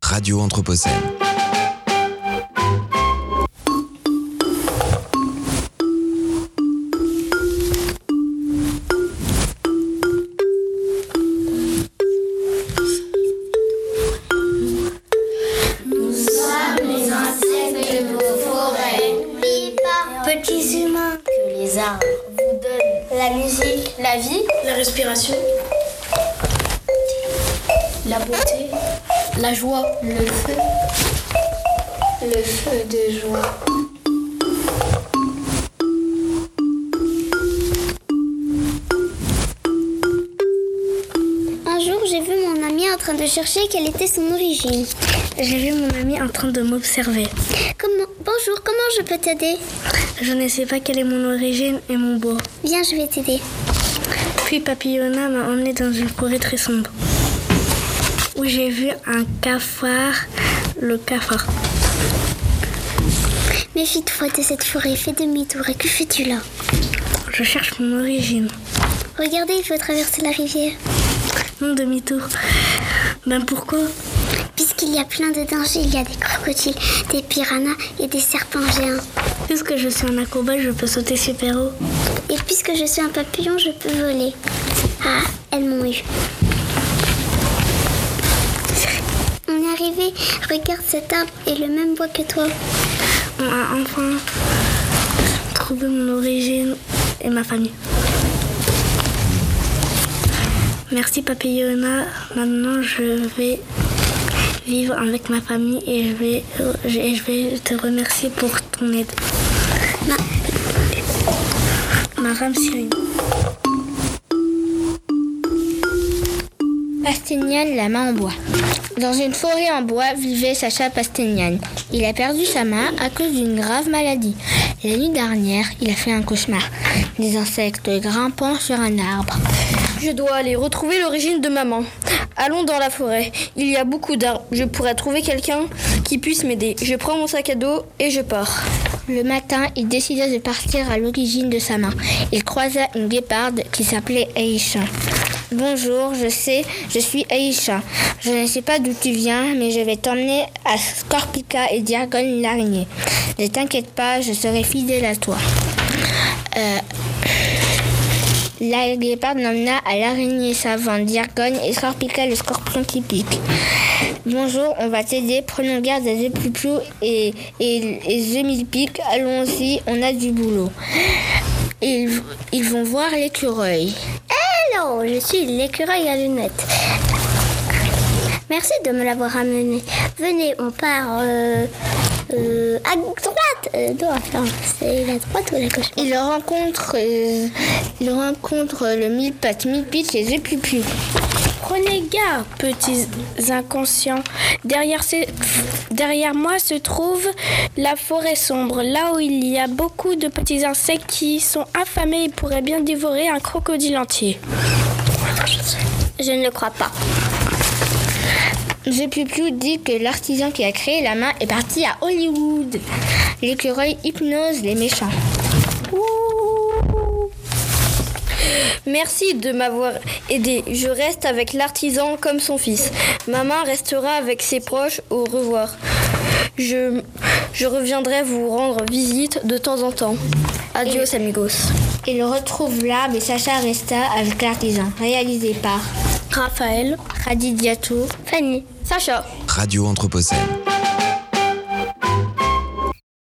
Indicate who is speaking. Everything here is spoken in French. Speaker 1: Radio Anthropocène.
Speaker 2: Petits humains que les arbres vous donnent la musique, la vie,
Speaker 3: La respiration. La beauté. La joie. Le feu.
Speaker 2: le feu de joie. Un jour, j'ai vu mon ami en train de chercher quelle était son origine.
Speaker 4: J'ai vu mon ami en train de m'observer.
Speaker 2: Comment Bonjour, comment je peux t'aider
Speaker 4: Je ne sais pas quelle est mon origine et mon bois.
Speaker 2: Viens, je vais t'aider.
Speaker 4: Puis Papillona m'a emmené dans une forêt très sombre où j'ai vu un cafard, le cafard.
Speaker 2: Méfie-toi de cette forêt, fais demi-tour et que fais-tu là
Speaker 4: Je cherche mon origine.
Speaker 2: Regardez, il faut traverser la rivière,
Speaker 4: Mon demi-tour. Ben pourquoi
Speaker 2: puisqu'il y a plein de dangers. Il y a des crocodiles, des piranhas et des serpents géants.
Speaker 4: Puisque je suis un acrobat, je peux sauter super haut.
Speaker 2: Et puisque je suis un papillon, je peux voler. Ah, elles m'ont eu. On est arrivé, regarde cet arbre et le même bois que toi.
Speaker 4: On a enfin trouvé mon origine et ma famille. Merci Papillona. Maintenant, je vais vivre avec ma famille et je vais, et je vais te remercier pour ton aide. Ma, ma rame Cyrine.
Speaker 5: Pastignane, la main en bois. Dans une forêt en bois vivait Sacha Pastignane. Il a perdu sa main à cause d'une grave maladie. La nuit dernière, il a fait un cauchemar. Des insectes grimpant sur un arbre.
Speaker 3: Je dois aller retrouver l'origine de maman. Allons dans la forêt. Il y a beaucoup d'arbres. Je pourrais trouver quelqu'un qui puisse m'aider. Je prends mon sac à dos et je pars.
Speaker 5: Le matin, il décida de partir à l'origine de sa main. Il croisa une guéparde qui s'appelait Aïcha. Bonjour, je sais, je suis Aïcha. Je ne sais pas d'où tu viens, mais je vais t'emmener à Scorpica et Diagon l'araignée. Ne t'inquiète pas, je serai fidèle à toi. Euh, la guéparde l'emmena à l'araignée savante, Diagon et Scorpica, le scorpion qui pique. Bonjour, on va t'aider. Prenons garde à Zepupiou et, et, et Zemilpic. Allons-y, on a du boulot. Ils, ils vont voir l'écureuil.
Speaker 2: Hello, Eh je suis l'écureuil à lunettes. Merci de me l'avoir amené. Venez, on part euh, euh, à droite. Euh, droite, non, c'est la droite ou la gauche
Speaker 5: Ils rencontrent, euh, ils rencontrent le mille-pattes, mille-piques et Zepupiou.
Speaker 3: Prenez garde, petits inconscients. Derrière, ce- derrière moi se trouve la forêt sombre, là où il y a beaucoup de petits insectes qui sont affamés et pourraient bien dévorer un crocodile entier.
Speaker 2: Je ne le crois pas.
Speaker 5: Zepupiou dit que l'artisan qui a créé la main est parti à Hollywood. L'écureuil hypnose les méchants.
Speaker 3: Merci de m'avoir aidé. Je reste avec l'artisan comme son fils. Maman restera avec ses proches. Au revoir. Je, je reviendrai vous rendre visite de temps en temps. Adios amigos.
Speaker 5: Il retrouve l'arbre et Sacha resta avec l'artisan, réalisé par
Speaker 3: Raphaël,
Speaker 5: Khadidiatou,
Speaker 2: Fanny,
Speaker 3: Sacha.
Speaker 1: Radio Anthropocène.